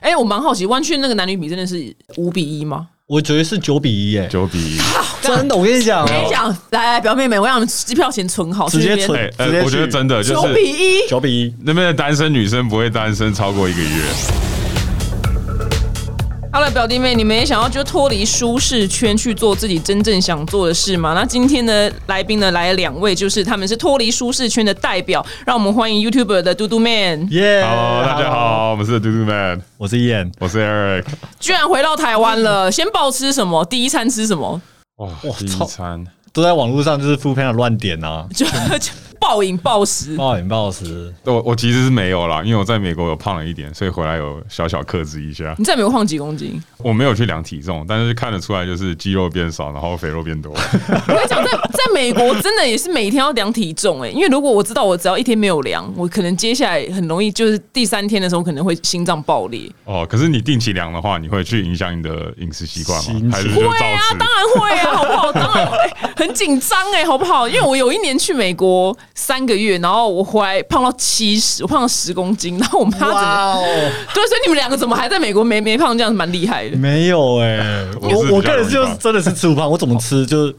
哎，我蛮好奇，湾区那个男女比真的是五比一吗？我觉得是九比一，哎，九 比一，真的，我跟你讲哦我，跟你讲，来来，表妹们，我让你们机票钱存好，直接去那边存哎，直接呃，去我觉得真的就九比是一。九比一，那边的单身女生不会单身超过一个月。 Hello，表弟妹，你们也想要就脱离舒适圈去做自己真正想做的事吗？那今天呢，来宾呢来了两位，就是他们是脱离舒适圈的代表，让我们欢迎 YouTuber 的嘟嘟 man，耶 Hello，大家，好，我们是嘟嘟 man，我是燕，我是 Eric。居然回到台湾了。先暴吃什么？第一餐吃什么？哇，第操一餐都在网络上就是副片的乱点啊，就 就暴饮暴食。暴饮暴食，我我其实是没有啦，因为我在美国有胖了一点，所以回来有小小克制一嗯下。你在美国胖几公斤？我没有去量体重，但是看得出来就是肌肉变少，然后肥肉变多。我跟你讲，在在美国真的也是每天要量体重哎、因为如果我知道我只要一天没有量，我可能接下来很容易就是第三天的时候可能会心脏爆裂。哦，可是你定期量的话，你会去影响你的饮食习惯心情吗？还是就照会啊，吃？当然会啊，好不好？当然会，很紧张哎，好不好？因为我有一年去美国三个月，然后我回来胖到七十，我胖了十公斤，然后我妈怎么？哦，对，所以你们两个怎么还在美国没没胖？这样子蛮厉害的。没有哎、我是比我较我个人就容易是胖真的是吃不胖，我怎么吃就是。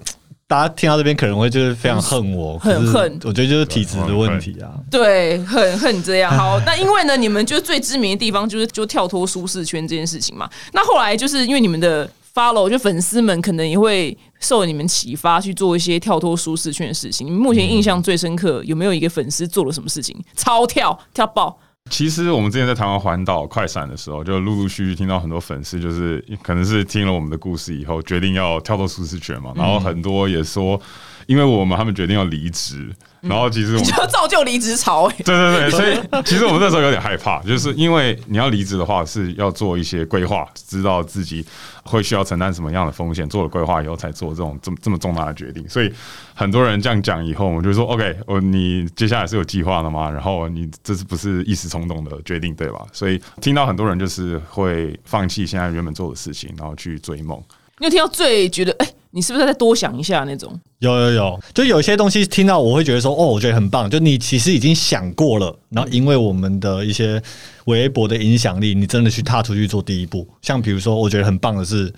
大家听到这边可能会就是非常恨我，很可是恨我觉得就是体质的问题啊。对，很很这样。好，那因为呢，你们就是最知名的地方就是就跳脱舒适圈这件事情嘛。那后来就是因为你们的 follow，就粉丝们可能也会受你们启发去做一些跳脱舒适圈的事情。你们目前印象最深刻有没有一个粉丝做了什么事情超跳跳爆？ 其实我们之前在台湾环岛快闪的时候，就陆陆续续听到很多粉丝，就是可能是听了我们的故事以后，决定要跳脱舒适圈嘛。然后很多也说，因为我们他们决定要离职，然后其实我们就要造就离职潮、欸。 对对对，所以其实我们那时候有点害怕，就是因为你要离职的话，是要做一些规划，知道自己会需要承担什么样的风险，做了规划以后才做这种这么这么重大的决定。所以很多人这样讲以后，我们就说 OK，我你接下来是有计划的吗？然后你这是不是一时冲动的决定，对吧？所以听到很多人就是会放弃现在原本做的事情，然后去追梦。你有听到最觉得，哎、你是不是再多想一下那种？有有有，就有些东西听到我会觉得说，哦，我觉得很棒。就你其实已经想过了，然后因为我们的一些微博的影响力，你真的去踏出去做第一步。像比如说，我觉得很棒的是，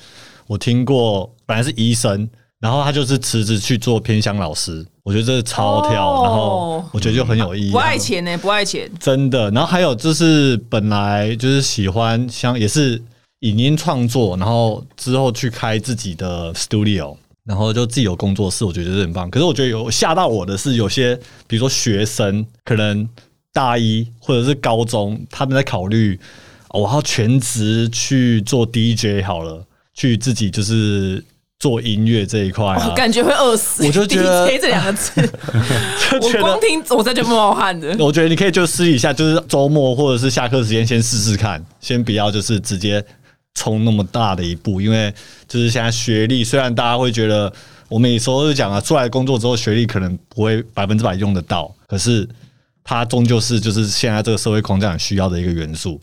我听过本来是医生，然后他就是辞职去做偏乡老师，我觉得这是超跳，哦然后我觉得就很有意义、啊不哦爱钱呢、不爱钱。真的。然后还有就是本来就是喜欢像也是影音创作，然后之后去开自己的 studio，然后就自己有工作室，我觉得是很棒。可是我觉得有吓到我的是，有些比如说学生可能大一或者是高中，他们在考虑、哦、我要全职去做 DJ 好了，去自己就是。做音乐这一块、啊我，哦感觉会饿死，我就觉得 DJ 这两个字， 就我觉得光听我在就冒汗的。我觉得你可以就私底下，就是周末或者是下课时间先试试看，先不要就是直接冲那么大的一步，因为就是现在学历，虽然大家会觉得我们有时候就讲啊，出来工作之后学历可能不会百分之百用得到，可是它终究是就是现在这个社会框架很需要的一个元素。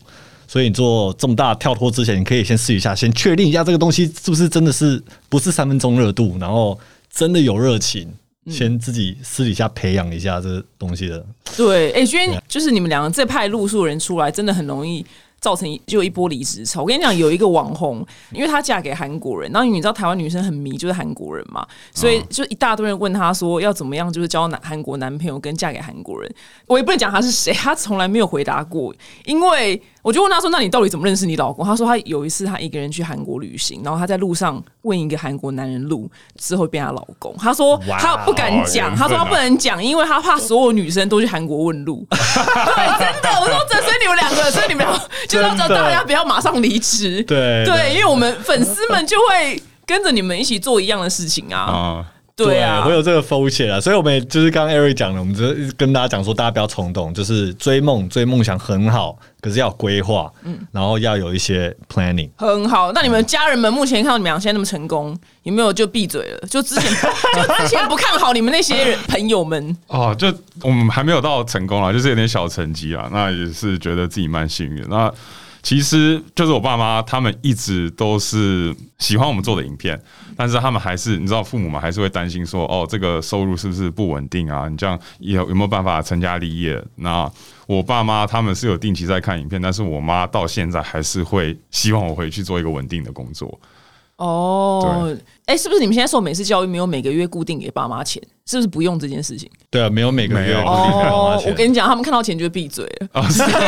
所以你做这么大的跳脱之前，你可以先试一下，先确定一下这个东西是不是真的是不是三分钟热度，然后真的有热情，先自己私底下培养一下这个东西的对，哎、觉得就是你们两个这派路数人出来，真的很容易。造成一就一波离职潮。我跟你讲，有一个网红，因为她嫁给韩国人，然后你知道台湾女生很迷就是韩国人嘛，所以就一大堆人问她说要怎么样，就是交男韩国男朋友跟嫁给韩国人。我也不能讲她是谁，她从来没有回答过，因为我就问她说，那你到底怎么认识你老公？她说她有一次她一个人去韩国旅行，然后她在路上问一个韩国男人路，之后变她老公。她说哇她不敢哦讲，缘分她啊说她不能讲，因为她怕所有女生都去韩国问路。对，真的，我说这，所以你们两个，所以你们要就是要叫真的大家不要马上离职，对对，因为我们粉丝们就会跟着你们一起做一样的事情啊，啊、对啊，会有这个风险啊。所以我们也就是刚刚 Eric 讲的，我们只是跟大家讲说，大家不要冲动，就是追梦，追梦想很好，可是要有规划，嗯然后要有一些 planning。很好。那你们家人们目前看到你们俩现在那么成功，有没有就闭嘴了？就之前 就之前不看好你们那些人朋友们，哦，就我们还没有到成功啦，就是有点小成绩啦。那也是觉得自己蛮幸运的。那其实就是我爸妈他们一直都是喜欢我们做的影片，但是他们还是你知道父母嘛，还是会担心说，哦，这个收入是不是不稳定啊？你这样有有没有办法成家立业？那我爸妈他们是有定期在看影片，但是我妈到现在还是会希望我回去做一个稳定的工作。哦，哎，是不是你们现在受美式教育没有每个月固定给爸妈钱？是不是不用这件事情？对啊，没有每个没月有固定给爸妈哦我钱跟你讲，他们看到钱就闭嘴了，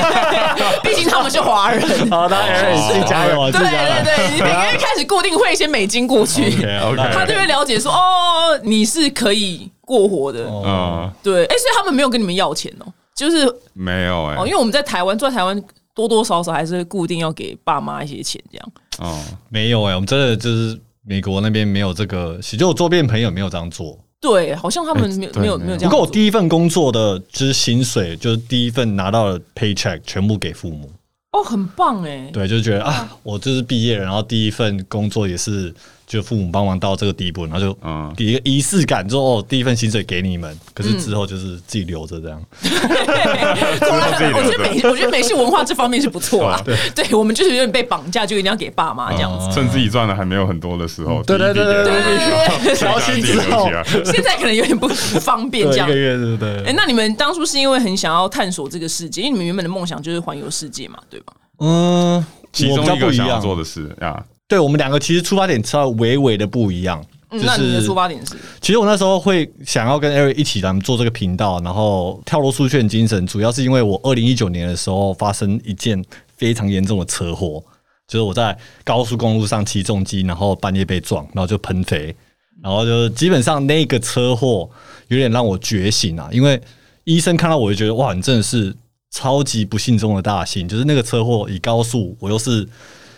毕竟他们是华人。好，当然哦你自 己加油啊，哦对自己加油对。对，你每个月开始固定会一些美金过去， OK，他就会了解说，哦，你是可以过活的。哦嗯，对，哎，所以他们没有跟你们要钱哦，就是没有哎、哦，因为我们在台湾，住在台湾多多少少还是会固定要给爸妈一些钱这样。嗯，没有哎、我们真的就是美国那边没有这个，就我周边朋友没有这样做。对，好像他们没有对没有没有没有这不样过做。我第一份工作的就是薪水，就是第一份拿到的 paycheck 全部给父母。哦，很棒哎，对，就觉得啊，我就是毕业了，然后第一份工作也是就父母帮忙到这个地步，然后就嗯第一个仪式感，说哦，第一份薪水给你们，可嗯是之后就是自己留着这样。果然自己留我着觉得美，我觉得美式文化这方面是不错啊。对，我们就是有点被绑架，就一定要给爸妈这样子。趁自己赚的还没有很多的时候，对对对对对对对小心自己留起来。对， 现在可能有点不不方便这对，一样个。月对不对？哎，那你们当初是因为很想要探索这个世界，因为你们原本的梦想就是环游世界嘛，对吧？嗯，其我中比较一不个一想要样。做的事啊，对我们两个其实出发点稍微微微的不一样。嗯就那你的是出发点是？其实我那时候会想要跟 Eric 一起，咱们做这个频道，然后跳脱书圈精神，主要是因为我二零一九年的时候发生一件非常严重的车祸，就是我在高速公路上骑重机，然后半夜被撞，然后就喷飞，然后就是基本上那个车祸有点让我觉醒啊，因为医生看到我就觉得哇，你真的是超级不幸中的大幸，就是那个车祸以高速，我又是。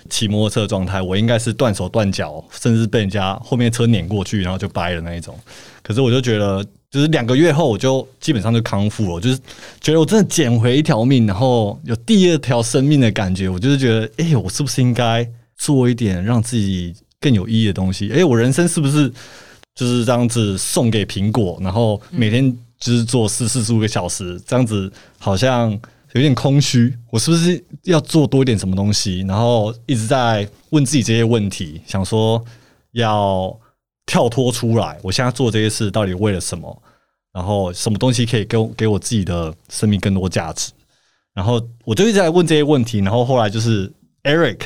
骑摩托车的状态，我应该是断手断脚，甚至被人家后面车碾过去，然后就掰了那一种。可是我就觉得，就是两个月后，我就基本上就康复了，我就是觉得我真的捡回一条命，然后有第二条生命的感觉。我就是觉得，哎、我是不是应该做一点让自己更有意义的东西？哎、我人生是不是就是这样子送给苹果，然后每天就是做四四十五个小时，这样子好像有点空虚。我是不是要做多一点什么东西？然后一直在问自己这些问题，想说要跳脱出来，我现在做这些事到底为了什么？然后什么东西可以给我给我自己的生命更多价值？然后我就一直在问这些问题，然后后来就是 Eric，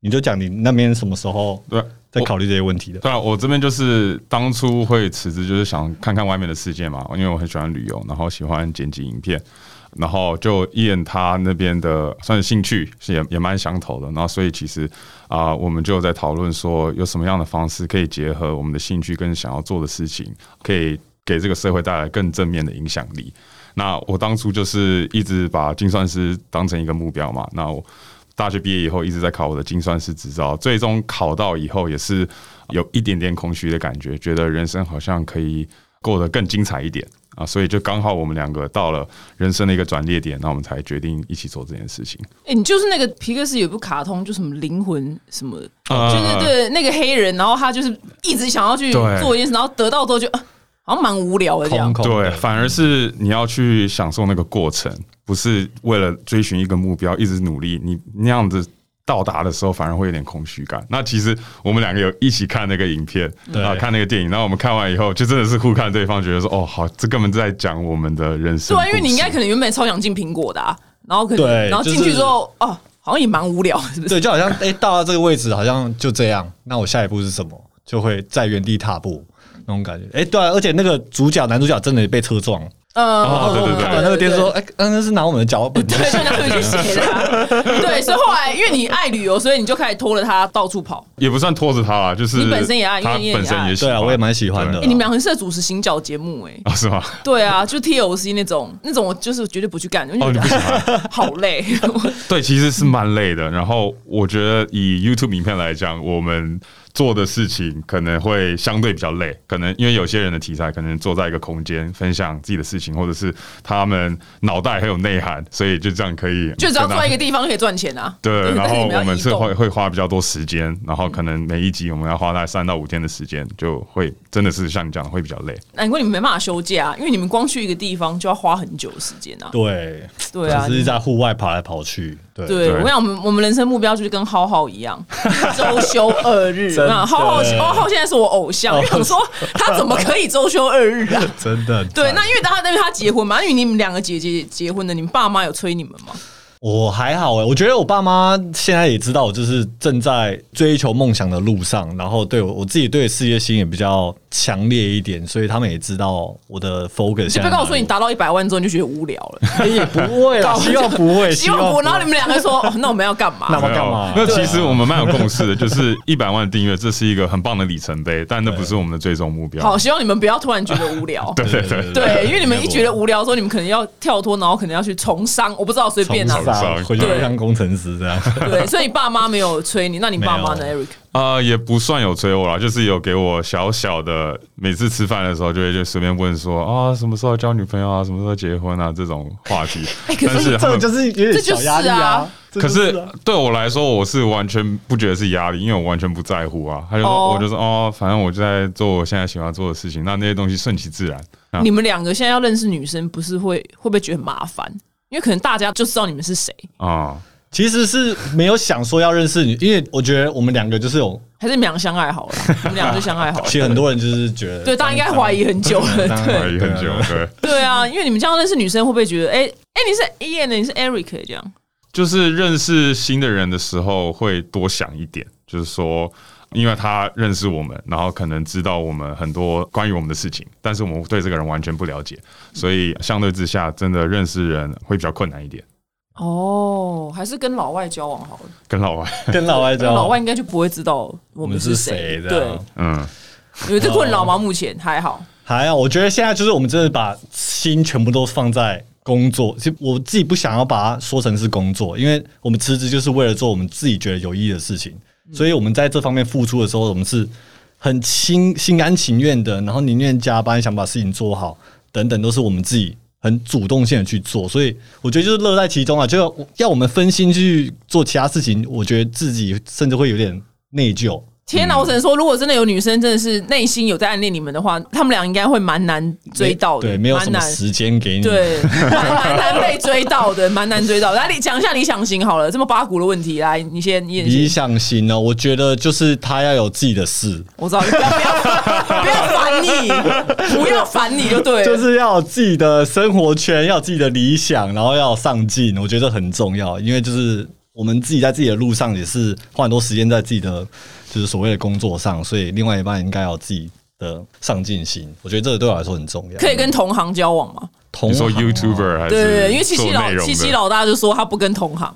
你就讲你那边什么时候对，在我考虑这些问题的？对啊，我这边就是当初会辞职，就是想看看外面的世界嘛，因为我很喜欢旅游，然后喜欢剪辑影片，然后就艺人他那边的算是兴趣是也也蛮相投的，然后所以其实啊、我们就有在讨论说有什么样的方式可以结合我们的兴趣跟想要做的事情，可以给这个社会带来更正面的影响力。那我当初就是一直把精算师当成一个目标嘛，那我。大学毕业以后一直在考我的精算师执照，最终考到以后也是有一点点空虚的感觉，觉得人生好像可以过得更精彩一点啊，所以就刚好我们两个到了人生的一个转捩点，那我们才决定一起做这件事情。哎、你就是那个皮克斯有部卡通，就什么灵魂什么，啊就是对那个黑人，然后他就是一直想要去对做一件事，然后得到之后就、啊、好像蛮无聊的这样空。空对，的反而是你要去享受那个过程，不是为了追寻一个目标一直努力，你那样子。到达的时候反而会有点空虚感。那其实我们两个有一起看那个影片对啊，看那个电影，然后我们看完以后就真的是互看对方，觉得说哦，好，这根本在讲我们的人生对故啊，事。因为你应该可能原本超想进苹果的、啊，然后可能对然后进去之后、哦，好像也蛮无聊，是不是？对，就好像哎、诶到了这个位置，好像就这样。那我下一步是什么？就会在原地踏步那种感觉。哎、对、啊，而且那个主角男主角真的也被车撞。嗯、哦对对对看完那个电视说，哎、嗯，那是拿我们的脚本。对，就拿回去写的 啊、对，所以后来因为你爱旅游，所以你就开始拖着他到处跑。也不算拖着他啦，就是你本身也爱因为他你也本身爱也喜对啊，欢我也蛮喜欢的哎、。你们俩很适合主持行脚节目、哎。啊，是吗？对啊，就 TOC 那种，那种我就是绝对不去干，因为哦，你觉不喜得欢？好 累。对，其实是蛮累的。然后我觉得以 YouTube 影片来讲，我们做的事情可能会相对比较累，可能因为有些人的题材可能坐在一个空间分享自己的事情，或者是他们脑袋很有内涵，所以就这样可以就只要跟他坐在一个地方就可以赚钱啊。但对，然是后你要我们移是动会会花比较多时间，然后可能每一集我们要花大概三到五天的时间，就会真的是像你讲的会比较累。难怪你们没办法休假、啊，因为你们光去一个地方就要花很久的时间啊。 对， 对啊就是在户外跑来跑去。对对对我想，我们我们人生目标就是跟浩浩一样，周休二日。真的那浩浩浩浩现在是我偶像，因为我想说他怎么可以周休二日啊？真的很对，赞那因为他因为他结婚嘛，因为你们两个姐姐结婚的，你们爸妈有催你们吗？ 我还好哎、我觉得我爸妈现在也知道，我就是正在追求梦想的路上，然后对我我自己对事业心也比较强烈一点，所以他们也知道我的 focus 就现别在哪里。告诉我说你达到一百万之后你就觉得无聊了，也不会啦， 希望不会，希望不。然后你们两个说，哦那我们要干嘛那？我干嘛没有那啊其实我们蛮有共识的，就是一百万订阅，这是一个很棒的里程碑，但那不是我们的最终目标。好，希望你们不要突然觉得无聊。对对对，对，因为你们一觉得无聊之后，你们可能要跳脱，然后可能要去从商，我不知道随便啊从。上回去当工程师这样。对，所以爸妈没有催你，那你爸妈呢没，Eric？啊、也不算有催我啦，就是有给我小小的，每次吃饭的时候就会就随便问说啊，什么时候交女朋友啊，什么时候结婚啊这种话题。 但是他们就是有这就是啊，这可就是啊对我来说，我是完全不觉得是压力，因为我完全不在乎啊。他就说，哦我就说哦，反正我就在做我现在喜欢做的事情，那那些东西顺其自然。啊你们两个现在要认识女生，不是会会不会觉得很麻烦？因为可能大家就知道你们是谁，啊、其实是没有想说要认识你，因为我觉得我们两个就是有，还是你们俩相爱好 了，你们俩就相爱好了。其实很多人就是觉得，对，大家应该怀疑很久了。当对然怀疑很久，对，对啊，因为你们这样认识女生，会不会觉得，哎、哎、你是 Ian 的，你是 Eric 哎这样？就是认识新的人的时候会多想一点，就是说，因为他认识我们，然后可能知道我们很多关于我们的事情，但是我们对这个人完全不了解，所以相对之下，真的认识人会比较困难一点。哦，还是跟老外交往好了，跟老外，跟老外这样，老外应该就不会知道我我们们是是谁。谁这对样，。嗯，有这困扰吗？目前还好。还好，我觉得现在就是我们真的把心全部都放在工作。其实我自己不想要把它说成是工作，因为我们辞职就是为了做我们自己觉得有意义的事情。所以我们在这方面付出的时候，我们是很心心甘情愿的，然后宁愿加班想把事情做好，等等，都是我们自己很主动性的去做。所以我觉得就是乐在其中啊，就要要我们分心去做其他事情，我觉得自己甚至会有点内疚。天嗯哪，我只能说，如果真的有女生真的是内心有在暗恋你们的话，他们俩应该会蛮难追到的，对，没有蛮什么难。时间嗯给你。对，蛮蛮难被追到的，蛮难追到的。来，你讲一下理想型好了，这么八股的问题，来，你先，你也理先，想型呢，我觉得就是他要有自己的事，我知道，你不要不要不要烦你，不要烦你就对啊了，就是要有自己的生活圈，要有自己的理想，然后要上进，我觉得很重要。因为就是我们自己在自己的路上，也是花很多时间在自己的就是所谓的工作上，所以另外一半应该要有自己的上进心。我觉得这个对我来说很重要。可以跟同行交往吗？同你行说啊 YouTuber 还是对对对，因为七做七内老容七七的，老大就说他不跟同行，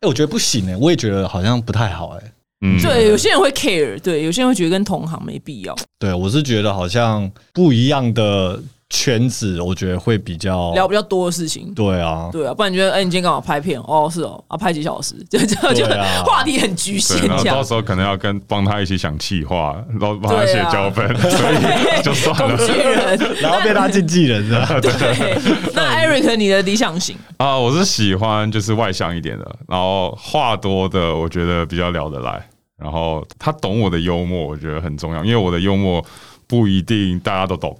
哎、我觉得不行哎、我也觉得好像不太好哎、嗯，对，有些人会 care，对，有些人会觉得跟同行没必要。对我是觉得好像不一样的圈子，我觉得会比较哦聊比较多的事情。对啊，对啊，不然你觉得，哎、你今天干嘛拍片？哦，是哦，啊，拍几小时，就就就、对啊话题很局 限对，然后这样到。时候可能要跟帮他一起想企划，然后帮他对写啊脚本，所以就算 工具了人， 然后被他经纪人是吧？对。 嗯那 Eric，你的理想 型，啊、我是喜欢就是外向一点的，然后话多的，我觉得比较聊得来，然后他懂我的幽默，我觉得很重要，因为我的幽默不一定大家都懂，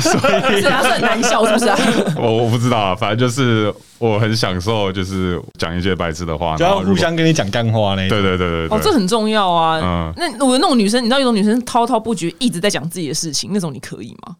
是他是很难笑，是不 是啊？我我不知道啊，反正就是我很享受就是讲一些白痴的话，就然要后如互果相跟你讲干话那一种对对对对对，哦，这很重要啊。嗯那我有那种女生，你知道有种女生滔滔不绝，一直在讲自己的事情，那种你可以吗？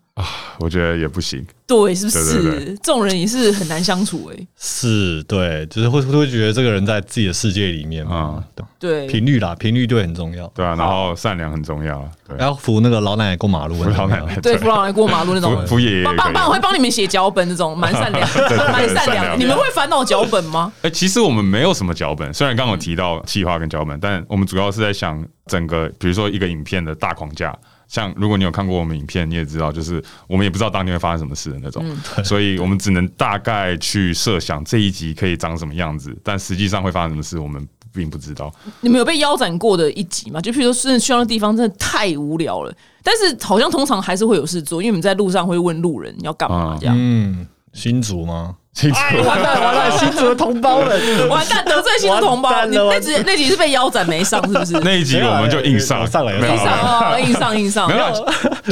我觉得也不行，对，是不是？对对对这种人也是很难相处哎、是，对，就是会会觉得这个人在自己的世界里面嘛，对，频率啦，频率对很重要，嗯对啊，然后善良很重要啊，对，要扶那个老奶奶过马路，扶老奶奶，对，扶老奶过马路那种扶，扶爷爷也可帮帮以帮，我啊。会帮你们写脚本，那种蛮善良， 蛮善善良的。良你们会烦恼脚本吗？ 哎、其实我们没有什么脚本，虽然刚刚有提到企划跟脚本，但我们主要是在想整个，比如说一个影片的大框架。像如果你有看过我们影片，你也知道，就是我们也不知道当天会发生什么事的那种，所以我们只能大概去设想这一集可以长什么样子，但实际上会发生什么事，我们并不知道。你们有被腰斩过的一集吗？就譬如说，真的去到那地方真的太无聊了，但是好嗯像通常还是会有事做，因为我们在路上会问路人你要干嘛这样。嗯嗯，新竹吗？清楚。哎，完蛋完 蛋，新竹的同胞 们， 完蛋，得罪新的同胞，完蛋你了那集那集是被腰斩没上，是不是？ 那一集我们就硬上有上了有没上有啊了硬上哦，硬上硬上没。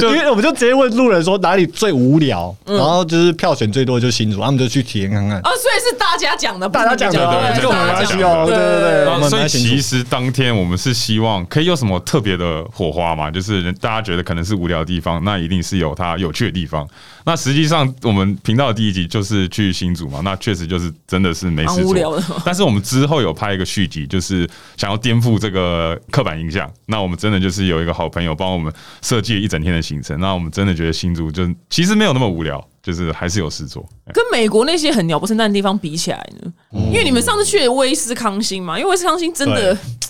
有，因为我们就直接问路人说哪里最无聊，嗯然后就是票选最多就新竹，他们就去体验看看。哦，所以是大家讲的，不大是家你讲讲的啊对的，对跟我们大没关家讲的系讲哦，对对对，我然后们所以蛮清楚其实当天我们是希望可以有什么特别的火花嘛，就是人大家觉得可能是无聊的地方，那一定是有它有趣的地方。那实际上我们频道的第一集就是去新竹嘛，那确实就是真的是没事蛮无聊做的。 但是我们之后有拍一个续集，就是想要颠覆这个刻板印象。那我们真的就是有一个好朋友帮我们设计了一整天的行程，那我们真的觉得新竹就其实没有那么无聊，就是还是有事做。跟美国那些很鸟不生蛋的地方比起来呢，因为你们上次去威斯康星嘛，因为威斯康星真的对，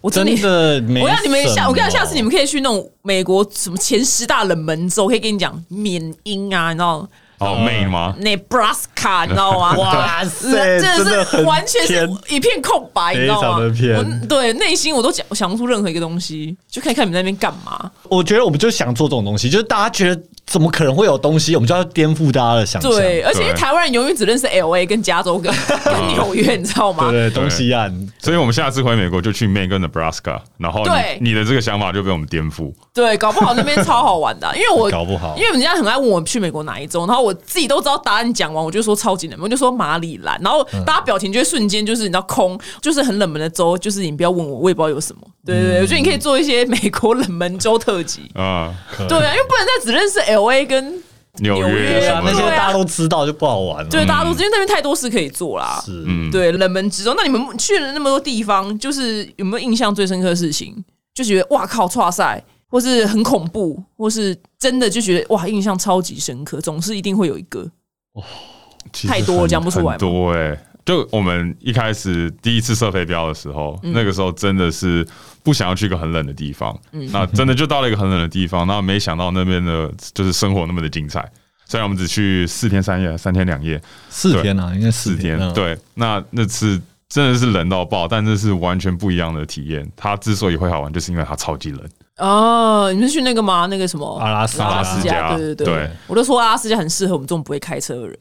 我真的真。的没什么。我要你们下，我跟你讲，下次你们可以去那种美国什么前十大冷门州，我可以跟你讲缅因啊，你知道哦，妹吗？ Nebraska，你知道吗？ 哇塞，真的是很完全是偏一片空白，你知道吗？非常的偏我对，内心我都讲想不出任何一个东西，就看一看你们在那边干嘛。我觉得我们就想做这种东西，就是大家觉得怎么可能会有东西，我们就要颠覆大家的想象。对，对而且因为台湾人永远只认识 L A 跟加州 跟跟纽约，你知道吗？对，东西岸所以我们下次回美国就去 Maine 跟 Nebraska，然后对你你的这个想法就被我们颠覆。对，搞不好那边超好玩的啊、因为我搞不好因为人家很爱问我去美国哪一州，然后我自己都知道答案，讲完我就说超级冷门，我就说马里兰，然后嗯大家表情就会瞬间就是你知道空，就是很冷门的州，就是你不要问我，我也不知道有什么。对对嗯对，我觉得你可以做一些美国冷门州特辑。啊、 对啊，因为不能再只认识 L A 跟纽纽约约对什啊，么那些对的，啊大家都知道就不好玩了。对大家都知，因为那边太多事可以做啦。是，嗯对，冷门之中，那你们去了那么多地方，就是有没有印象最深刻的事情？就觉得哇靠，哇塞，或是很恐怖，或是真的就觉得哇，印象超级深刻，总是一定会有一个。其实太多很讲不出来嘛很多哎、就我们一开始第一次射飞镖的时候，嗯那个时候真的是不想要去一个很冷的地方，嗯那真的就到了一个很冷的地方，那没想到那边的就是生活那么的精彩。虽然我们只去四天三夜，三天两夜，四天啊，应该四四天，嗯对，那那次真的是冷到爆，但这是完全不一样的体验。它之所以会好玩，就是因为它超级冷。哦，你们去那个吗？那个什么阿拉斯加阿拉斯加对对对我都说阿拉斯加很适合我们这种不会开车的 人，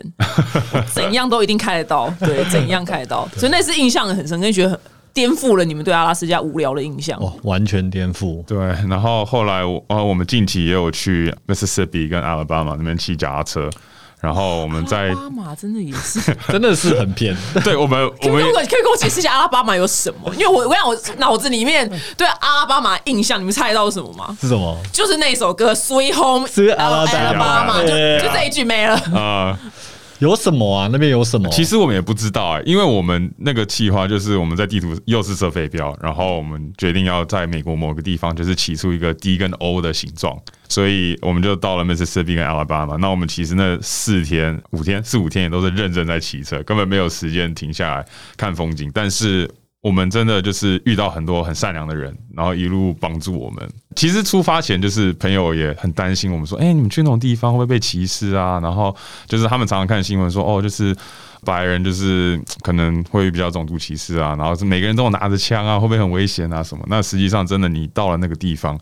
怎样都一定开得到，对，怎样开得到，所以那次印象很深刻，觉得很颠覆了你们对阿拉斯加无聊的印象。哇，哦完全颠覆。对，然后后来我呃，我们近期也有去 Mississippi 跟 Alabama 那边骑脚踏车，然后我们在阿拉巴马真的也是，真的是很 偏，对我们 我可们以跟我可以跟我解释一下阿拉巴马有什 么？因为我我想我脑子里面对阿拉巴马印象，你们猜到什么吗？是什么？就是那首歌《Sweet Home 是阿拉 Alabama》，就啊对就这一句没了。呃，有什么啊？那边有什么？其实我们也不知道哎、因为我们那个计划就是我们在地图又是射飞镖，然后我们决定要在美国某个地方就是起出一个 D 跟 O 的形状，所以我们就到了 Mississippi 跟 Alabama。那我们其实那四天五天四五天也都是认真在骑车，根本没有时间停下来看风景，但是。我们真的就是遇到很多很善良的人，然后一路帮助我们。其实出发前就是朋友也很担心我们说，哎、你们去那种地方会不会被歧视啊？然后就是他们常常看新闻说，哦，就是白人就是可能会比较种族歧视啊，然后是每个人都有拿着枪啊，会不会很危险啊什么？那实际上真的你到了那个地方，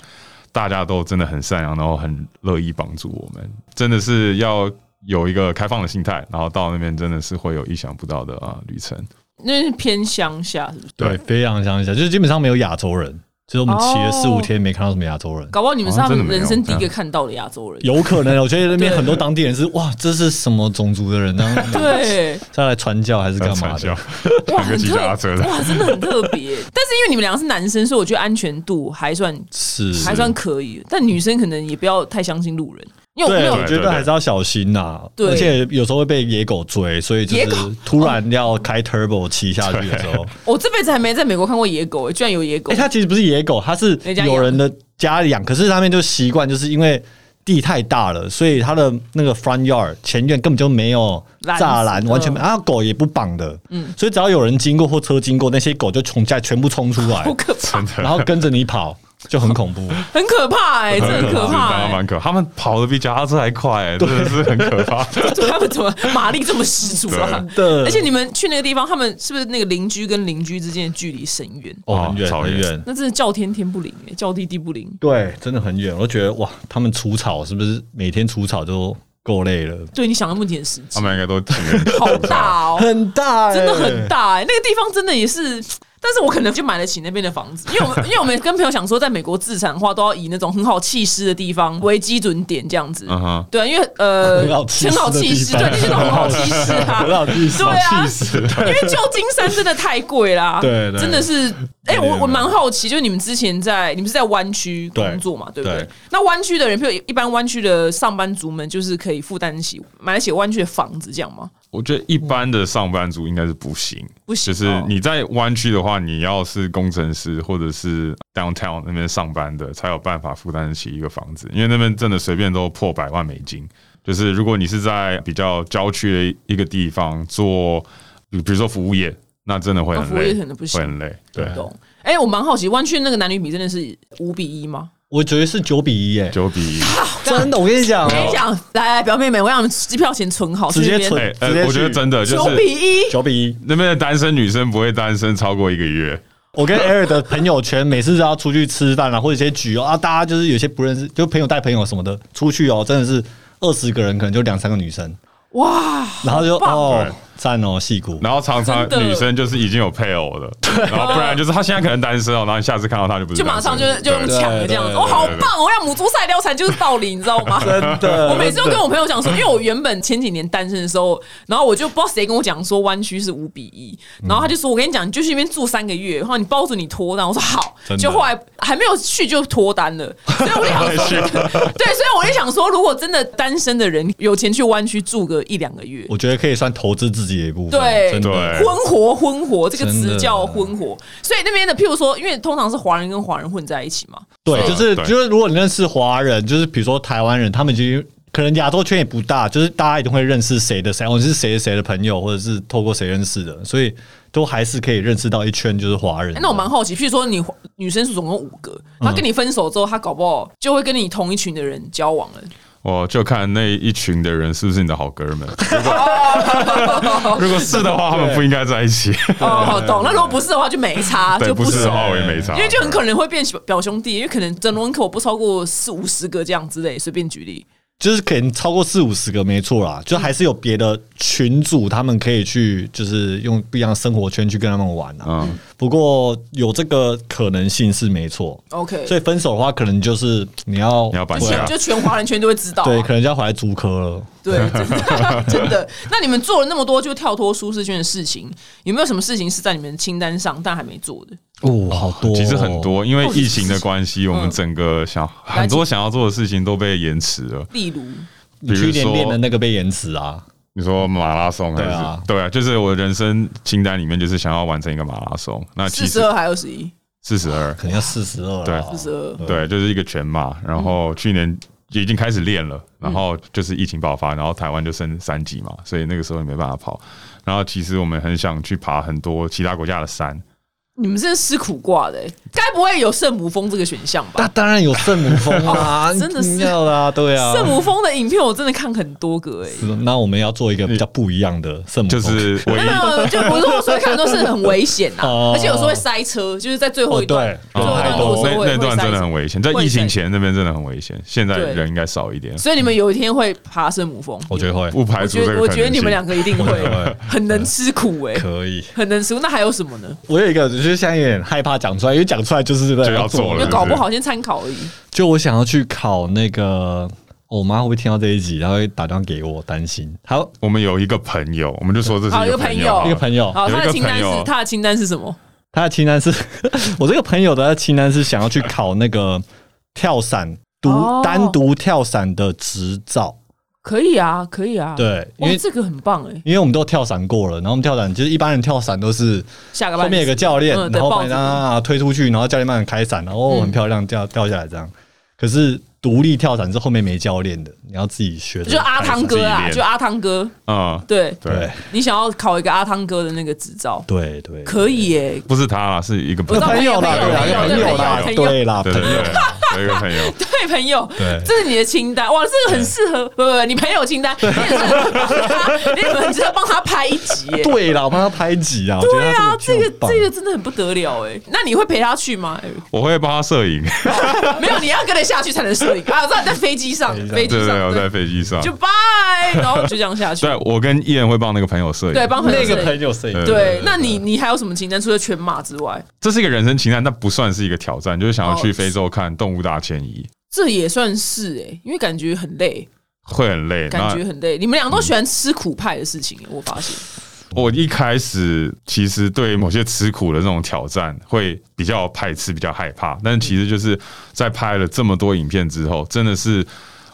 大家都真的很善良，然后很乐意帮助我们，真的是要有一个开放的心态，然后到那边真的是会有意想不到的啊旅程。那是偏乡下，是不是？对，非常相像，就是基本上没有亚洲人，就是我们骑了哦四五天没看到什么亚洲人。搞不好你们是好他哦像真的们没有人生第一个看到的亚洲人。有可能，我觉得那边对很多当地人是哇，这是什么种族的人呢？ 对，再来传教还是干嘛传销的？哇， 两个很骑特脚踏车的哇，真的很特别。但是因为你们两个是男生，所以我觉得安全度还算是，还算可以。但女生可能也不要太相信路人，因为我没对，有我觉得还是要小心呐。对而且有时候会被野狗追，所以就野是狗突然要开 turbo 骑下去的时候，我这辈子还没在美国看过野狗、欸，居然有野狗哎，。它其实不是野狗，它是人家养有人的家里养，可是他们就习惯，就是因为。地太大了，所以它的那个 front yard 前院根本就没有篮子栅栏，完全嗯没。啊，狗也不绑的，嗯，所以只要有人经过或车经过，那些狗就从家全部冲出来好，可怕，然后跟着你跑，就很恐 怖。很可怕哎、欸，这很可 怕、真的欸。蛮可怕。他们跑的比脚踏车还快、真的是很可怕。对他们怎么马力这么十足啊？真的而且你们去那个地方，他们是不是那个邻居跟邻居之间的距离甚远？ 哦，很哦远超很远远，那真的叫天天不灵、欸，叫地地不灵。对，真的很远。我就觉得哇，他们除草是不是每天除草就够累了，对你想的问题很实际他，们应该都请人 好大 哦，很大、真的很。大、欸，那个地方真的也是。但是我可能就买得起那边的房子，因为我 们因为我们跟朋友想说，在美国自产化都要以那种很好气势的地方为基准点这样子。嗯哼，对啊，因为呃， 很好气势的地方气势，对，那些都很好气势啊， 很好气 势对啊好气，势因为旧金山真的太贵啦， 对对真的是，哎、对我我蛮好奇，就是你们之前在你们是在湾区工作嘛，对不对？对那湾区的人，譬如一般湾区的上班族们，就是可以负担起买得起湾区的房子，这样吗？我觉得一般的上班族应该是不行，不行就是哦你在湾区的话，你要是工程师或者是 downtown 那边上班的，才有办法负担得起一个房子，因为那边真的随便都破百万美金。就是如果你是在比较郊区的一个地方做，比比如说服务业，那真的会哦很服务业累，可能不行会很累。对，懂？哎、我蛮好奇，湾区那个男女比真的是五比一吗？我觉得是九比一耶、九比一。啊真的，我跟你讲、哦我跟你讲，哎来来，表妹们，我让你们机票钱存好，直接去那边存哎、直接呃，去我觉得真的就九是比一。九比一。那边的单身女生不会单身超过一个月。我跟 Air 的朋友圈每次都要出去吃饭啊，或者一些局哦啊，大家就是有些不认识，就朋友带朋友什么的出去哦，真的是二十个人可能就两三个女生，哇！然后就好棒哦对赞哦戏骨，然后常常真的啊女生就是已经有配偶 了，然后不然就是她现在可能单身哦，然后你下次看到她就不是就马单上身了，就就用对抢的这样子，对对哦，好棒！我想母猪赛貂蝉就是道理，你知道 吗？真的，我每次都跟我朋友 讲说，因为我原本前几年单身的时候，然后我就不知道谁跟我讲说湾区是五比一，嗯然后他就说，我跟你讲，你就去那边住三个月，然后你包准你脱单。我说好真，的就后来还没有去就脱单了，所以我就想 说， 对，所以我就想说，如果真的单身的人有钱去湾区住个一两个月，我觉得可以算投资自己的一部分，对真的对昏活，昏活这个真词的叫昏活，所以那边的，譬如说，因为通常是华人跟华人混在一起嘛，对，就是对就是如果你认识华人，就是比如说台湾人，他们已经可能亚洲圈也不大，就是大家一定会认识谁的谁，哦，你是谁的谁的朋友，或者是透过谁认识的，所以都还是可以认识到一圈就是华人欸。那我蛮好奇，譬如说你女生是总共五个，她嗯跟你分手之后，她搞不好就会跟你同一群的人交往了。我就看那一群的人是不是你的好哥们。如果 如果是的话，他们不应该在 一起。哦，懂。那如果不是的话，就没差，对，啊就不是是的话我也没差，因为就很可能会变表兄弟，因为可能整容人口不超过四五十个这样之类，随便举例。就是可能超过四五十个，没错啦，就还是有别的群组，他们可以去就是用不一样的生活圈去跟他们玩啊。嗯，不过有这个可能性是没错， OK，所以分手的话，可能就是你要你要搬就家全就全华人圈都会知道啊、对，可能就要回来租科了。 对，真的真的。那你们做了那么多就跳脱舒适圈的事情，有没有什么事情是在你们清单上但还没做的？哦，好多、其实很。多，因为疫情的关系，嗯我们整个想很多想要做的事情都被延迟了。例如，你去年练的那个被延迟啊，你说马拉松还对是啊对啊？就是我人生清单里面就是想要完成一个马拉松，那啊其四十实二还二十一，四十二，可能要四十二啊对四十二。对，就是一个全马。然后去年已经开始练了，然后就是疫情爆发，然后台湾就升三级嘛，所以那个时候也没办法跑。然后其实我们很想去爬很多其他国家的山，你们真的吃苦挂的、欸，该不会有圣母峰这个选项那吧？当然有圣母峰啊， 哦真的是一定要啦，对啊。圣母峰的影片我真的看很多个哎、欸。是那我们要做一个比较不一样的圣母就峰，是唯没一有，就我说我所以看都是很危险呐、哦而且有时候会塞车，就是在最后一段最哦，对后一段路的时哦那候会那会段塞真的车很。危险，在会疫情塞前那边真的很危险，现在对人应该少一点，所以你们有一天会爬圣母峰，我觉得会不排我除觉得这个可能性。我觉得你们两个一 定会我觉得会很能吃苦哎、欸，可以。很能吃苦。那还有什么呢？我有一个，就是现在有点害怕讲出来，因为讲出来就是就要做了就搞不好先参考而已。就我想要去考那个，哦我妈会不会听到这一集，然后会打电话给我，担心。还有我们有一个朋友，我们就说这好是一个朋朋友好了一个朋友，好，有一他个的清单朋是友他的清单是什么？他的清单是， 我这个朋友的他的清单是想要去考那个跳伞独、哦单独跳伞的执照。可以啊，可以啊。对因哇为，这个很棒哎、欸。因为我们都跳伞过了，然后我们跳伞就是一般人跳伞都是下个班后面有个教练，嗯对然后抱把着他推出去，然后教练帮你开伞，然后哦嗯很漂亮掉掉下来这样。可是独立跳伞是后面没教练的，你要自己学的。就阿汤哥自己啊，练就阿汤哥。啊，对，对对，你想要考一个阿汤哥的那个执照，对对，可以耶、不是他啦，是一个朋我知道朋友友，啦，朋对友啦，朋友朋朋友啦，友对啦，对朋对友对，有一个朋友，对朋友，对这是你的清单，哇，这个很适合，不不不，你朋友清单，你很适合帮他， 你很值得帮他拍一集耶。对啊啦，我帮他拍集啊，我觉对得啊他，这个棒这个真的很不得了哎。那你会陪他去吗？哎我会帮他摄影，没有，你要跟着下去才能摄影啊！在在飞机上，飞对机对对，上，我在对，飞机上，就拜，然后就这样下去对。我跟艺人会帮那个朋友摄影，对，帮朋友那摄个影朋友摄影，对对，那你你还有什么清单？除了全马之外，这是一个人生清单，但不算是一个挑战，就是想要去哦非洲看动物大迁移，这也算是哎、因为感觉很累，会很累。那嗯感觉很累。你们俩都喜欢吃苦派的事情、我发现。我一开始其实对某些吃苦的这种挑战会比较排斥、比较害怕，但其实就是在拍了这么多影片之后，真的是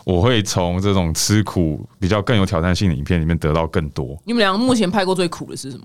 我会从这种吃苦比较更有挑战性的影片里面得到更多。你们俩目前拍过最苦的是什么？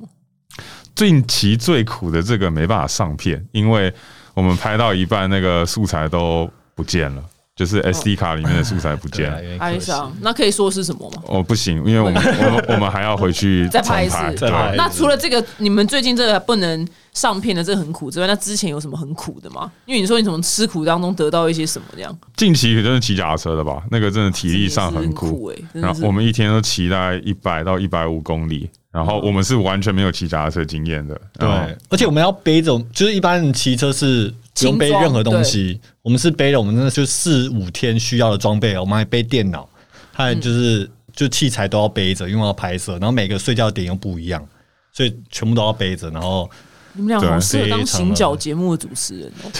近期最苦的这个没办法上片，因为我们拍到一半那个素材都不见了，就是哦 SD 卡里面的素材不对见 啊了。有点可哀惜伤？那可以说是什么吗？哦，不行，因为我们我们我们还要回去 再拍一次重再拍对那除了这个，你们最近这个不能上片的这个很苦之外，那之前有什么很苦的吗？因为你说你从吃苦当中得到一些什么这样？近期真的骑脚踏车的吧，那个真的体力上很真的是很苦苦欸真的然是后我们一天都骑大概一百到一百五公里，然后我们是完全没有骑脚踏车经验的。对然后，而且我们要背着，就是一般人骑车是不用背任何东西，我们是背着我们真的就四五天需要的装备，我们还背电脑，还有就是、就器材都要背着，因为我要拍摄，然后每个睡觉点又不一样，所以全部都要背着，然后你们俩好适合对当非常行脚节目的主持人哦，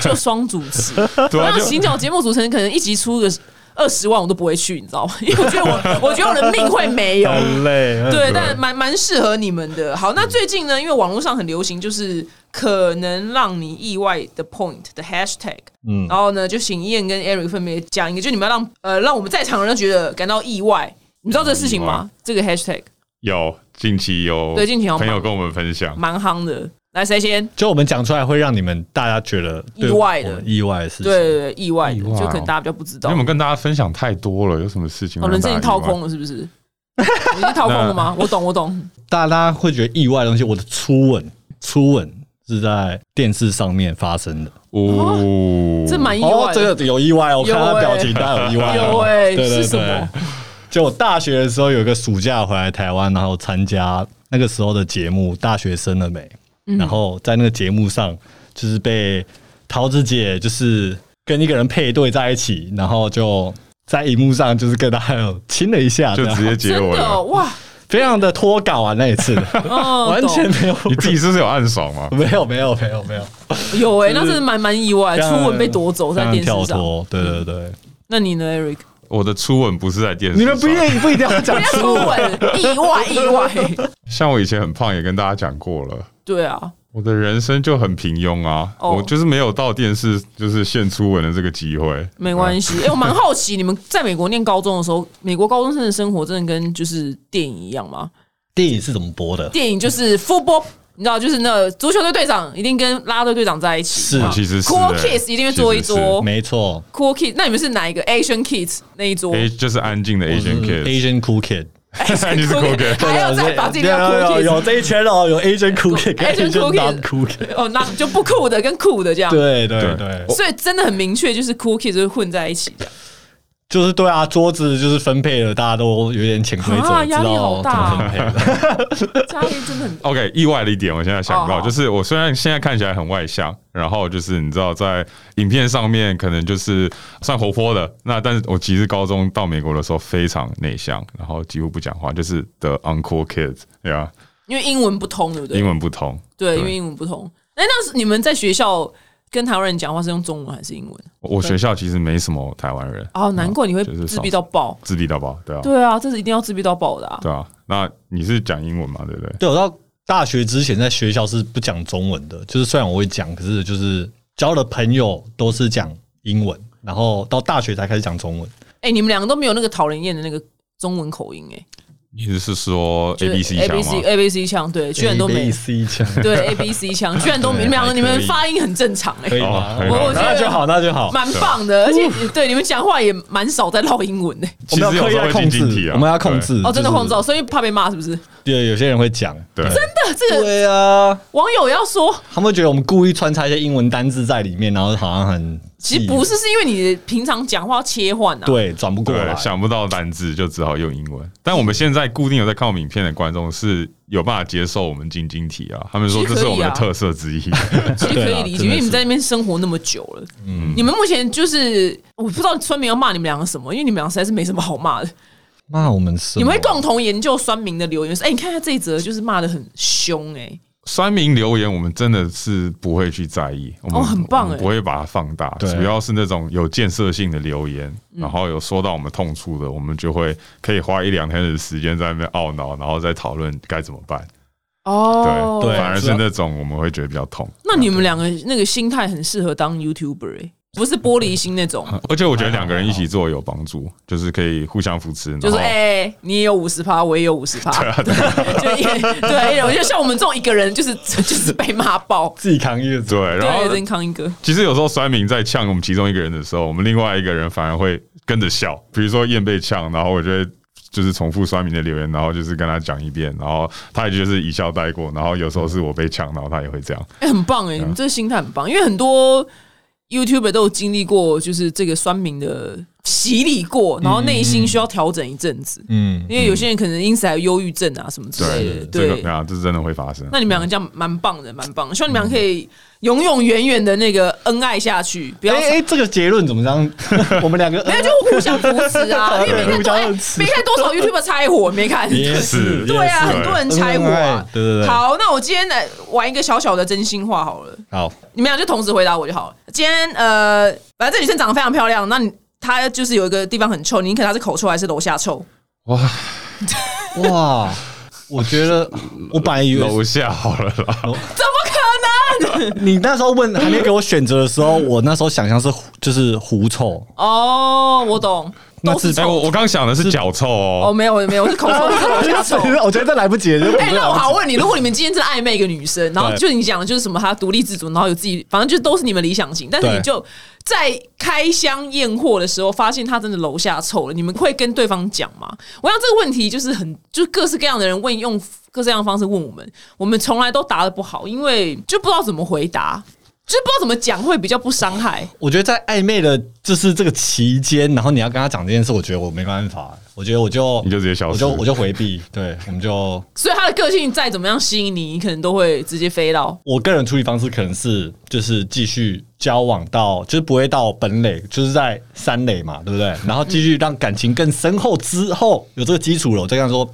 就双主持。 对啊那就行脚节目主持人可能一集出个二十万我都不会去，你知道吗？因为我觉得我我 觉得我的命会没 有。很累。嗯对，但蛮蛮适合你们的。好，那最近呢，因为网络上很流行，就是可能让你意外的 point 的 hashtag，嗯，然后呢，就请燕跟 Eric 分别讲一个，就你们要让呃让我们在场的人觉得感到意外，你知道这个事情吗？这个 hashtag 有近期有对近期有朋友跟我们分享，蛮夯的，来谁先？就我们讲出来会让你们大家觉得对意外的我们意外的事情。对对对，意外的，意外哦就可能大家比较不知因道为我。们跟大家分享太多了，有什么事情哦，让人大生已家经意掏外空了，是不是？已经掏空了吗？我懂，我懂。大家会觉得意外的东西，我的初吻，初吻是在电视上面发生的。哦，这蛮意哦外，的。这个有意外哦，我看有他欸表情，大家有意外哦， 有欸对对是什对么。就我大学的时候有一个暑假回来台湾，然后参加那个时候的节目《大学生了没》，嗯然后在那个节目上就是被桃子姐就是跟一个人配对在一起，然后就在荧幕上就是跟他有亲了一下，就这样直接接真吻的哦了。哇，非常的脱稿啊那 一次，嗯， 完全懂没有你自己是不是有暗爽吗？没有没有没有没有，有哎，就那是真的蛮蛮意外，非初常吻被夺走在电非常视跳上。嗯脱，对对对。那你呢，Eric？我的初吻不是在电视上，你们不愿意不一定要讲人家出初我，吻，意外，意外。像我以前很胖，也跟大家讲过了。对啊，我的人生就很平庸啊，哦我就是没有到电视就是献初吻的这个机会。没关 系。哎、我蛮好奇，你们在美国念高中的时候，美国高中生的生活真的跟就是电影一样吗？电影是怎么播的？电影就是 football。你知道，就是那足球队队长一定跟啦队队长在一起，是啊其实是 cool 欸 kids 一定会坐一桌没错，cool kids。那你们是哪一个 Asian kids 那一桌？ A 就是安静的 Asian Kid， ，Asian Cool Kid，哎 你是 Cool Kid，还要再把自己叫 cool 有有 kids，有这一圈哦，有 Asian Cool Kid 跟 Asian Cool 啊 Kid Asian Non Cool Kid，哦，那就不酷的跟酷的这样。对对对对，所以真的很明确，就是 cool kids 会混在一起这样。就是对啊，桌子就是分配了，大家都有点潜规啊则，知压力好道怎大么分配的。嘉义真的很 OK，意外的一点，我现在想哦到，好就是我虽然现在看起来很外向，然后就是你知道在影片上面可能就是算活泼的，那但是我其实高中到美国的时候非常内向，然后几乎不讲话，就是 The Uncool Kids，对啊，因为英文不通，对不对？英文不通，对，因为英文不通。哎，那是你们在学校跟台湾人讲话是用中文还是英文？我学校其实没什么台湾人，哦，难怪你会就是自少闭到爆。自闭到爆，对啊，对啊，这是一定要自闭到爆的啊！对啊，那你是讲英文嘛，对不对？对，我到大学之前在学校是不讲中文的，就是虽然我会讲，可是就是交的朋友都是讲英文，然后到大学才开始讲中文。哎，你们两个都没有那个讨人厌的那个中文口音，哎，你是说 A B C A 腔 B 吗 C A B C 腔，对，居然都没 A，C 腔，对 A B C 腔，居然都没，对你们两个还你可们以发音很正常，可以哎，吗？哦我我觉得那就好，那就好。蛮棒的，而且对你们讲话也蛮少在唠英文的。我其实们要刻有意时候来会控进晶制体，啊，我们要控制。哦，真的嗯就是晃照，所以怕被骂是不是？对，有些人会讲，对，那这个对啊，网友要说，他们会觉得我们故意穿插一些英文单字在里面，然后好像很其实不是，是因为你平常讲话切换啊。对，转不过来对，。想不到单字就只好用英文。但我们现在固定有在看我们影片的观众是有办法接受我们晶晶体啊，他们说其实这可以是我们的啊特色之一。 其实可以理解，对啊真的是嗯因为你们在那边生活那么久了，你们目前就是我不知道村民要骂你们两个什么，因为你们两个实在是没什么好骂的。那我们是你们会共同研究酸民的留言，说：“哎、你看他这一则就是骂的很凶、哎，酸民留言，我们真的是不会去在意，我们、哦很棒我们欸不会把它放大。对主要是那种有建设性的留言，嗯然后有说到我们痛处的，我们就会可以花一两天的时间在那边懊恼，然后再讨论该怎么办。哦，对反而主是要那种我们会觉得比较痛。那你们两个那个心态很适合当 YouTuber，、哎，不是玻璃心那 种，而且我觉得两个人一起做有帮助，就是可以互相扶持。然就是哦后哎、你也有五十趴，我也有五 十趴， 就一对，我觉得像我们这种一个人，就是就是被骂爆，自己扛一个责对，然后对，真扛一个。”其实有时候酸民在呛我们其中一个人的时候，我们另外一个人反而会跟着笑。比如说燕被呛，然后我就会就是重复酸民的留言，然后就是跟他讲一遍，然后他也就是一笑带过。然后有时候是我被呛，然后他也会这样。哎、很棒啊哎、你们这个心态很棒，因为很多 YouTuber 都有经历过，就是这个酸民的洗礼过，然后内心需要调整一阵子。嗯，因为有些人可能因此还有忧郁症啊什么之类的，这对。个对啊，这是真的会发生。那你们两个这样蛮棒的，蛮棒的。希望你们俩可以永永远远的那个恩爱下去，不哎要哎、这个结论怎么 样？我们两个嗯没有就互相扶持啊。因为 对没互看相哎扶持没看多 少 YouTube 拆火，没看。也是，对啊，也是很多人拆火恩啊爱。对对对好，那我今天来玩一个小小的真心话好了。好，你们俩就同时回答我就好了。今天呃，反正这女生长得非常漂亮，那你她就是有一个地方很臭，你可能她是口臭还是楼下臭？哇，哇，我觉 得我本来以为楼下好了啦，你那时候问还没给我选择的时候，我那时候想象是狐就是狐臭，哦，我懂，那都是是 哎，臭。我我刚想的是脚臭哦，哦，没有没有，我是口臭，是楼下 臭。 我觉得这来不及了。哎、那我好问你，如果你们今天真的暧昧一个女生，然后对就你讲的就是什么，她独立自主，然后有自己，反正就都是你们理想型，但是你对就在开箱验货的时候，发现她真的楼下臭了，你们会跟对方讲吗？我想这个问题就是很，就是各式各样的人问，用各式各样的方式问我们，我们从来都答的不好，因为就不知道怎么回答。就是不知道怎么讲会比较不伤害，我觉得在暧昧的，就是这个期间，然后你要跟他讲这件事，我觉得我没办法，我觉得我就你就直接消失我就我就回避，对，我们就所以他的个性再怎么样吸引你，你可能都会直接飞到。我个人处理方式可能是就是继续交往到就是不会到本垒，就是在三垒嘛，对不 对？然后继续让感情更深厚之后，有这个基础了，我再跟他说，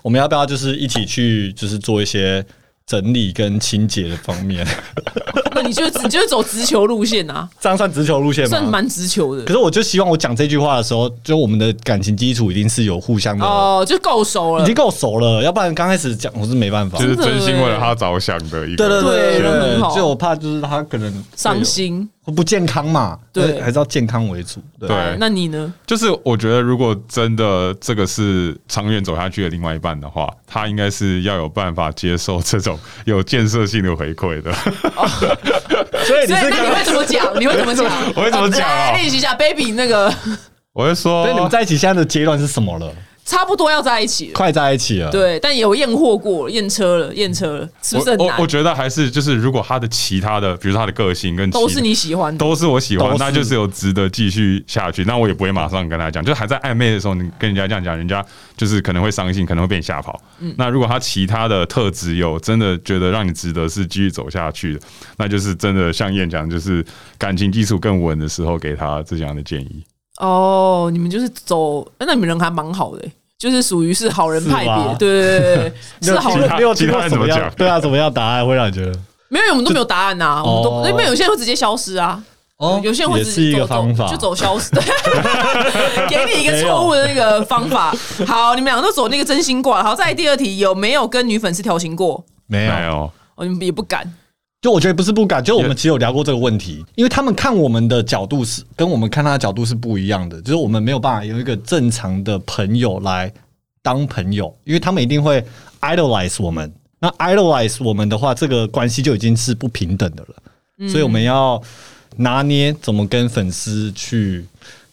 我们要不要就是一起去就是做一些整理跟清洁的方面， 那你就你就走直球路线啊，这样算直球路线算吗？蛮直球的可。是我就希望我讲这句话的时候，就我们的感情基础一定是有互相的，哦，就够熟了已经。够熟了，要不然刚开始讲我是没办法就。是真心真的为了他着想的一对个。对对对人很好所以我怕就是他可能会有伤心。会不健康嘛，对还是要健康为主，对啊对哎那你呢？就是我觉得，如果真的这个是长远走下去的另外一半的话，他应该是要有办法接受这种有建设性的回馈的。？所以所以那你会怎么讲？你会怎么讲 我会怎么讲啊来练习一下，baby，那个我会说，所以你们在一起现在的阶段是什么了？差不多要在一起了。快在一起了，，对，但有验货过了，验车了，验车了，是不是很我我我难？觉得还是就是，如果他的其他的，比如说他的个性跟其都是你喜欢的。都是我喜欢都，是那就是有值得继续下去。那我也不会马上跟他讲，就还在暧昧的时候，你跟人家这样讲，人家就是可能会伤心，可能会被你吓跑。嗯那如果他其他的特质有真的觉得让你值得是继续走下去的，那就是真的像燕讲，就是感情基础更稳的时候，给他这样的建议。哦，你们就是走，哎那你们人还蛮好的，就是属于是好人派是别吧，对对对对，没 是有好听人啊其。他没有听其过他人什么怎么样讲对啊，什么样的答案会让你觉得没有，我们都没有答案呐，我们哦都因为有些人会直接消失啊。哦有些人会也直是接一走个方法，就走消失， 对，给你一个错误的那个方 法。好，你们两个都走那个真心卦。好，再来第二题，有没有跟女粉丝调情过？没有没。有，哦，你们也不敢。就我觉得不是不敢，就我们也其实有聊过这个问题，因为他们看我们的角度是跟我们看他的角度是不一样的，就是我们没有办法有一个正常的朋友来当朋友，因为他们一定会 idolize 我们。那 idolize 我们的话，这个关系就已经是不平等的了，所以我们要拿捏怎么跟粉丝去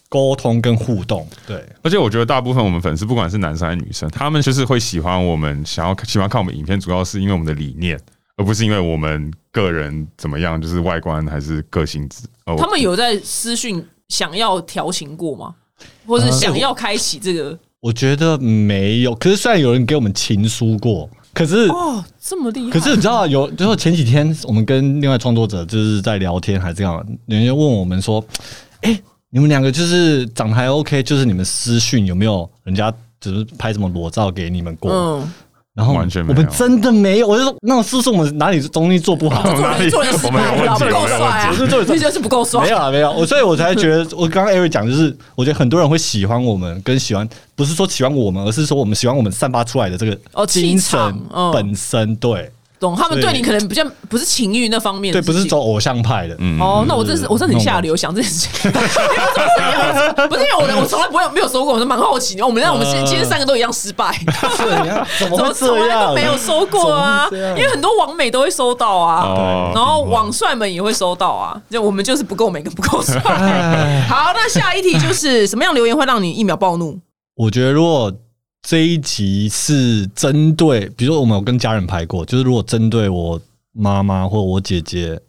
沟通跟互动。对，而且我觉得大部分我们粉丝，不管是男生还是女生，他们就是会喜欢我们，想要喜欢看我们影片，主要是因为我们的理念，而不是因为我们个人怎么样，就是外观还是个性之哦，他们有在私讯想要调情过吗？或是想要开启这个？我觉得没有。可是虽然有人给我们情书过，可是哦，这么厉害！呃 可是你知道有，就是前几天我们跟另外创作者就是在聊天，还是这样，人家问我们说：“哎、你们两个就是长得还 OK，就是你们私讯有没有人家就是拍什么裸照给你们过？”嗯，然后完全没我有们真的没有，我就说那是不是我们哪里东西做不好？做人做人失我们有败了，问不题够我们有帅啊！问题我们有问题你就是不够帅没。有啊，没有，我所以我才觉得，我刚刚 Eric 讲就是，我觉得很多人会喜欢我们，跟喜欢不是说喜欢我们，而是说我们喜欢我们散发出来的这哦个气精神场嗯本身，对懂？他们对对你可能比较不是情欲那方面的对，事情，不是走偶像派的，嗯，哦，那我真的是我真的很下流，想这件事情， 不是因为我我从来不会没有收过，我是蛮好奇。我们那我们今今天三个都一样失 败，怎怎么嗯会么从来这样？都没有收过啊？怎么会这样因为很多网美都会收到啊哦，然后网帅们也会收到啊，就我们就是不够美跟不够 帅。好，那下一题就是什么样留言会让你一秒暴怒？我觉得如果这一集是针对，比如说我们有跟家人拍过，就是如果针对我妈妈或我姐姐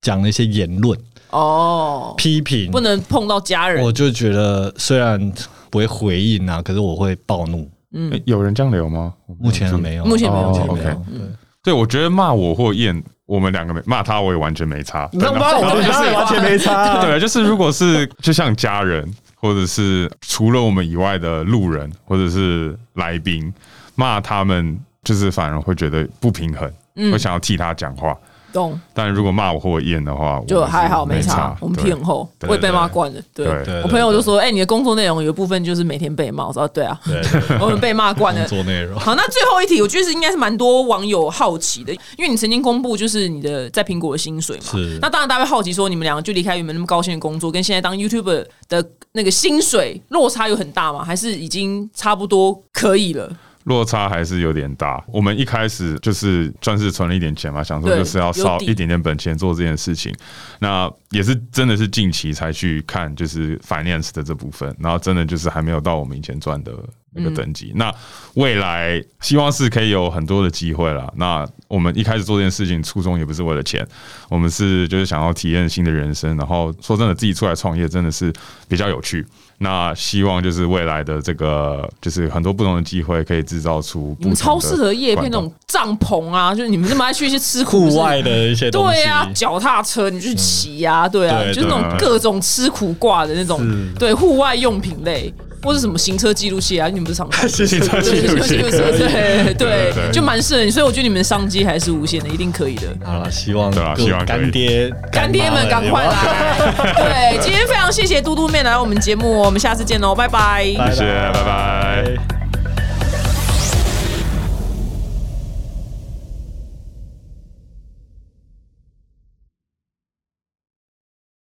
讲了一些言论哦，批评，不能碰到家人我就觉得虽然不会回应啊，可是我会暴怒。嗯诶有人这样留吗？目前没有，目前没有哦目前没有 OK 嗯对，我觉得骂我或燕，我们两个没骂他，我也完全没差。你知道吗？我对觉然后得完全没差啊。对，就是如果是 就像家人，或者是除了我们以外的路人，或者是来宾，骂他们，就是反而会觉得不平衡，嗯会想要替他讲话。懂但如果骂我或燕的话，就我是还好没没差，我们对皮很厚，对我也被骂对惯了。对对对我朋友就说：“哎，你的工作内容有一部分就是每天被骂。”我说：“对啊，对对对我们被骂惯了工。作内容，好，那最后一题，我觉得是应该是蛮多网友好奇的，因为你曾经公布就是你的在苹果的薪水嘛，是那当然大家会好奇说，你们两个就离开原本那么高薪的工作，跟现在当 YouTuber 的那个薪水落差有很大吗？还是已经差不多可以了？落差还是有点大。我们一开始就是算是存了一点钱嘛，想说对就是要烧有底一点点本钱做这件事情。那也是真的是近期才去看，就是 finance 的这部分，然后真的就是还没有到我们以前赚的那个嗯等级。那未来希望是可以有很多的机会啦。那我们一开始做这件事情，初衷也不是为了钱，我们是就是想要体验新的人生。然后说真的，自己出来创业真的是比较有趣。那希望就是未来的这个，就是很多不同的机会，可以制造出你们超适合叶片那那种帐篷啊，就是你们这么爱去一些吃苦户外。”的一些东西，嗯对啊，脚踏车你去骑呀、啊，对啊，对就是那种对各种吃苦挂的那种，对户外用品类或者什么行车记录器啊，你们不是常看？行车对记录器对对对，对对就蛮适合你，所以我觉得你们的商机还是无限的，一定可以的。好了，希望对啊各位希望可以干爹干爹们赶快妈啊们 来！对，今天非常谢谢嘟嘟妹来我们节目哦，我们下次见喽，拜拜拜谢谢，拜拜。拜